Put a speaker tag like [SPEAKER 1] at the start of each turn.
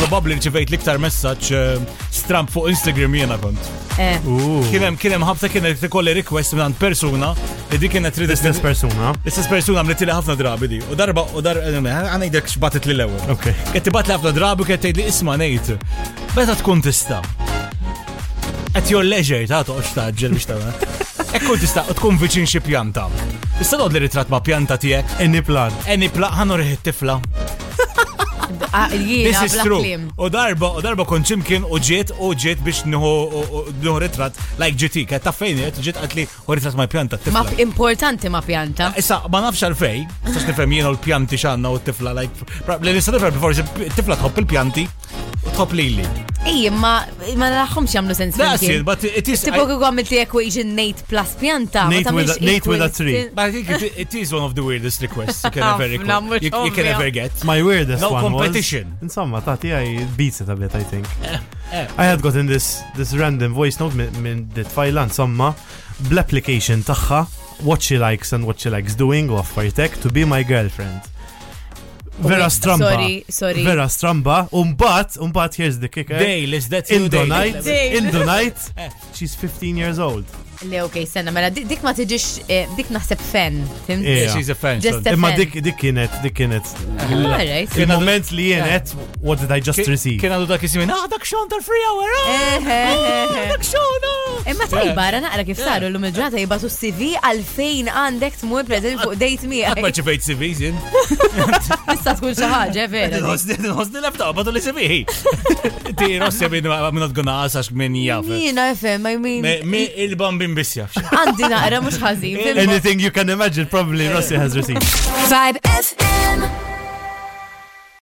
[SPEAKER 1] probabli rċivejt l-iktar messaċ stramp fuq Instagram jiena kont.
[SPEAKER 2] Eh,
[SPEAKER 1] Kienem, kienem ħabta kienet ikolli request minn persuna li di kienet trid
[SPEAKER 3] Business persona.
[SPEAKER 1] L-istess persuna mlittili ħafna drabi di. U darba, u dar, eh, għanajdek xbatet li l-ewel.
[SPEAKER 3] Ok.
[SPEAKER 1] Kett tibat li ħafna drabi u kett li isma nejt. Meta tkun tista. At your leisure, ta' toqx taġġel biex ta' Ekkun tista, u tkun viċin xi pjanta. Tista' dod li ritrat ma' pjanta tiegħek.
[SPEAKER 3] Any plan.
[SPEAKER 1] Eni plaħan u riħit tifla.
[SPEAKER 2] ah, jiena,
[SPEAKER 1] This is
[SPEAKER 2] bla
[SPEAKER 1] true.
[SPEAKER 2] klim.
[SPEAKER 1] U darba, u darba kon ċimkien u ġiet u ġiet biex nħu ritrat. Like ġiti, kett ta' fejn ġiet għatli u ritrat ma' pjanta tifla.
[SPEAKER 2] Ma importanti ma pjanta.
[SPEAKER 1] Issa, ma nafx għalfej, sax nifem jien u l-pjanti xanna u t-tifla, like, pra- li nista nifem forsi t-tifla tħobb il-pjanti u tħobb li li.
[SPEAKER 2] Ej, ma ma naħħomx jagħmlu sens.
[SPEAKER 1] That's
[SPEAKER 2] flimkien.
[SPEAKER 1] it, but it is-
[SPEAKER 2] Tipo
[SPEAKER 1] I-
[SPEAKER 2] kieku għamilt li equation Nate plus pjanta. ma
[SPEAKER 3] Nate
[SPEAKER 2] tagħmilx
[SPEAKER 3] with a- Nate with a
[SPEAKER 2] equation-
[SPEAKER 3] three.
[SPEAKER 1] But I think it, it is one of the weirdest requests you can ever,
[SPEAKER 2] Ħafna,
[SPEAKER 1] requ-
[SPEAKER 2] mhux
[SPEAKER 1] you, you can
[SPEAKER 2] ovvja.
[SPEAKER 1] ever get.
[SPEAKER 3] My weirdest
[SPEAKER 1] No
[SPEAKER 3] one
[SPEAKER 1] competition.
[SPEAKER 3] was... Insomma, tati għaj beats it a bit, I think.
[SPEAKER 1] eh.
[SPEAKER 3] I had gotten this this random voice note min- minn dit fajla, insomma, bl-application taħħa, uh, what she likes and what she likes doing u affaritek to be my girlfriend. Vera
[SPEAKER 2] Wait,
[SPEAKER 3] stramba.
[SPEAKER 2] Oh, sorry, sorry.
[SPEAKER 3] Vera stramba. Um, Umbat, umbat, here's the kicker.
[SPEAKER 1] Dale, is that you,
[SPEAKER 3] In the
[SPEAKER 1] Dale?
[SPEAKER 3] night,
[SPEAKER 2] Dale.
[SPEAKER 3] in the night,
[SPEAKER 1] Eh.
[SPEAKER 3] she's 15 years old.
[SPEAKER 2] Le, ok, senna, mela di- dik ma tiġix, eh, dik naħseb fen.
[SPEAKER 3] Eh.
[SPEAKER 2] Fimti?
[SPEAKER 1] Yeah, she's a fan.
[SPEAKER 2] Just
[SPEAKER 1] so-
[SPEAKER 2] a-
[SPEAKER 3] Imma
[SPEAKER 2] fan.
[SPEAKER 3] dik dik kienet, dik kienet.
[SPEAKER 2] Eh, Alright.
[SPEAKER 3] Il-moment li jenet, what did I just receive?
[SPEAKER 1] Kien għadu dak jisimin, ah, dak xon tal-free hour, ah,
[SPEAKER 2] Eh, eh, eh, eh.
[SPEAKER 1] dak xon, ah.
[SPEAKER 2] Imma tajba, rana naqra kif saru l-lum il-ġrata jibatu CV għalfejn għandek tmur prezent fuq dejt miħaj.
[SPEAKER 1] Għadma ċifejt CVs, jien.
[SPEAKER 2] Issa tkun xaħġa, vera. di.
[SPEAKER 1] Nħosni laptop, għadu li CVhi. Ti rossi minn għadna għuna għasax minn jaf.
[SPEAKER 2] Nina, eh, fem, I mean,
[SPEAKER 1] Mi il-bambin bisjaf.
[SPEAKER 2] għandi naqra mux ħazin. fil-
[SPEAKER 3] Anything you can imagine, probably Rossi has received.
[SPEAKER 4] Vibe FM.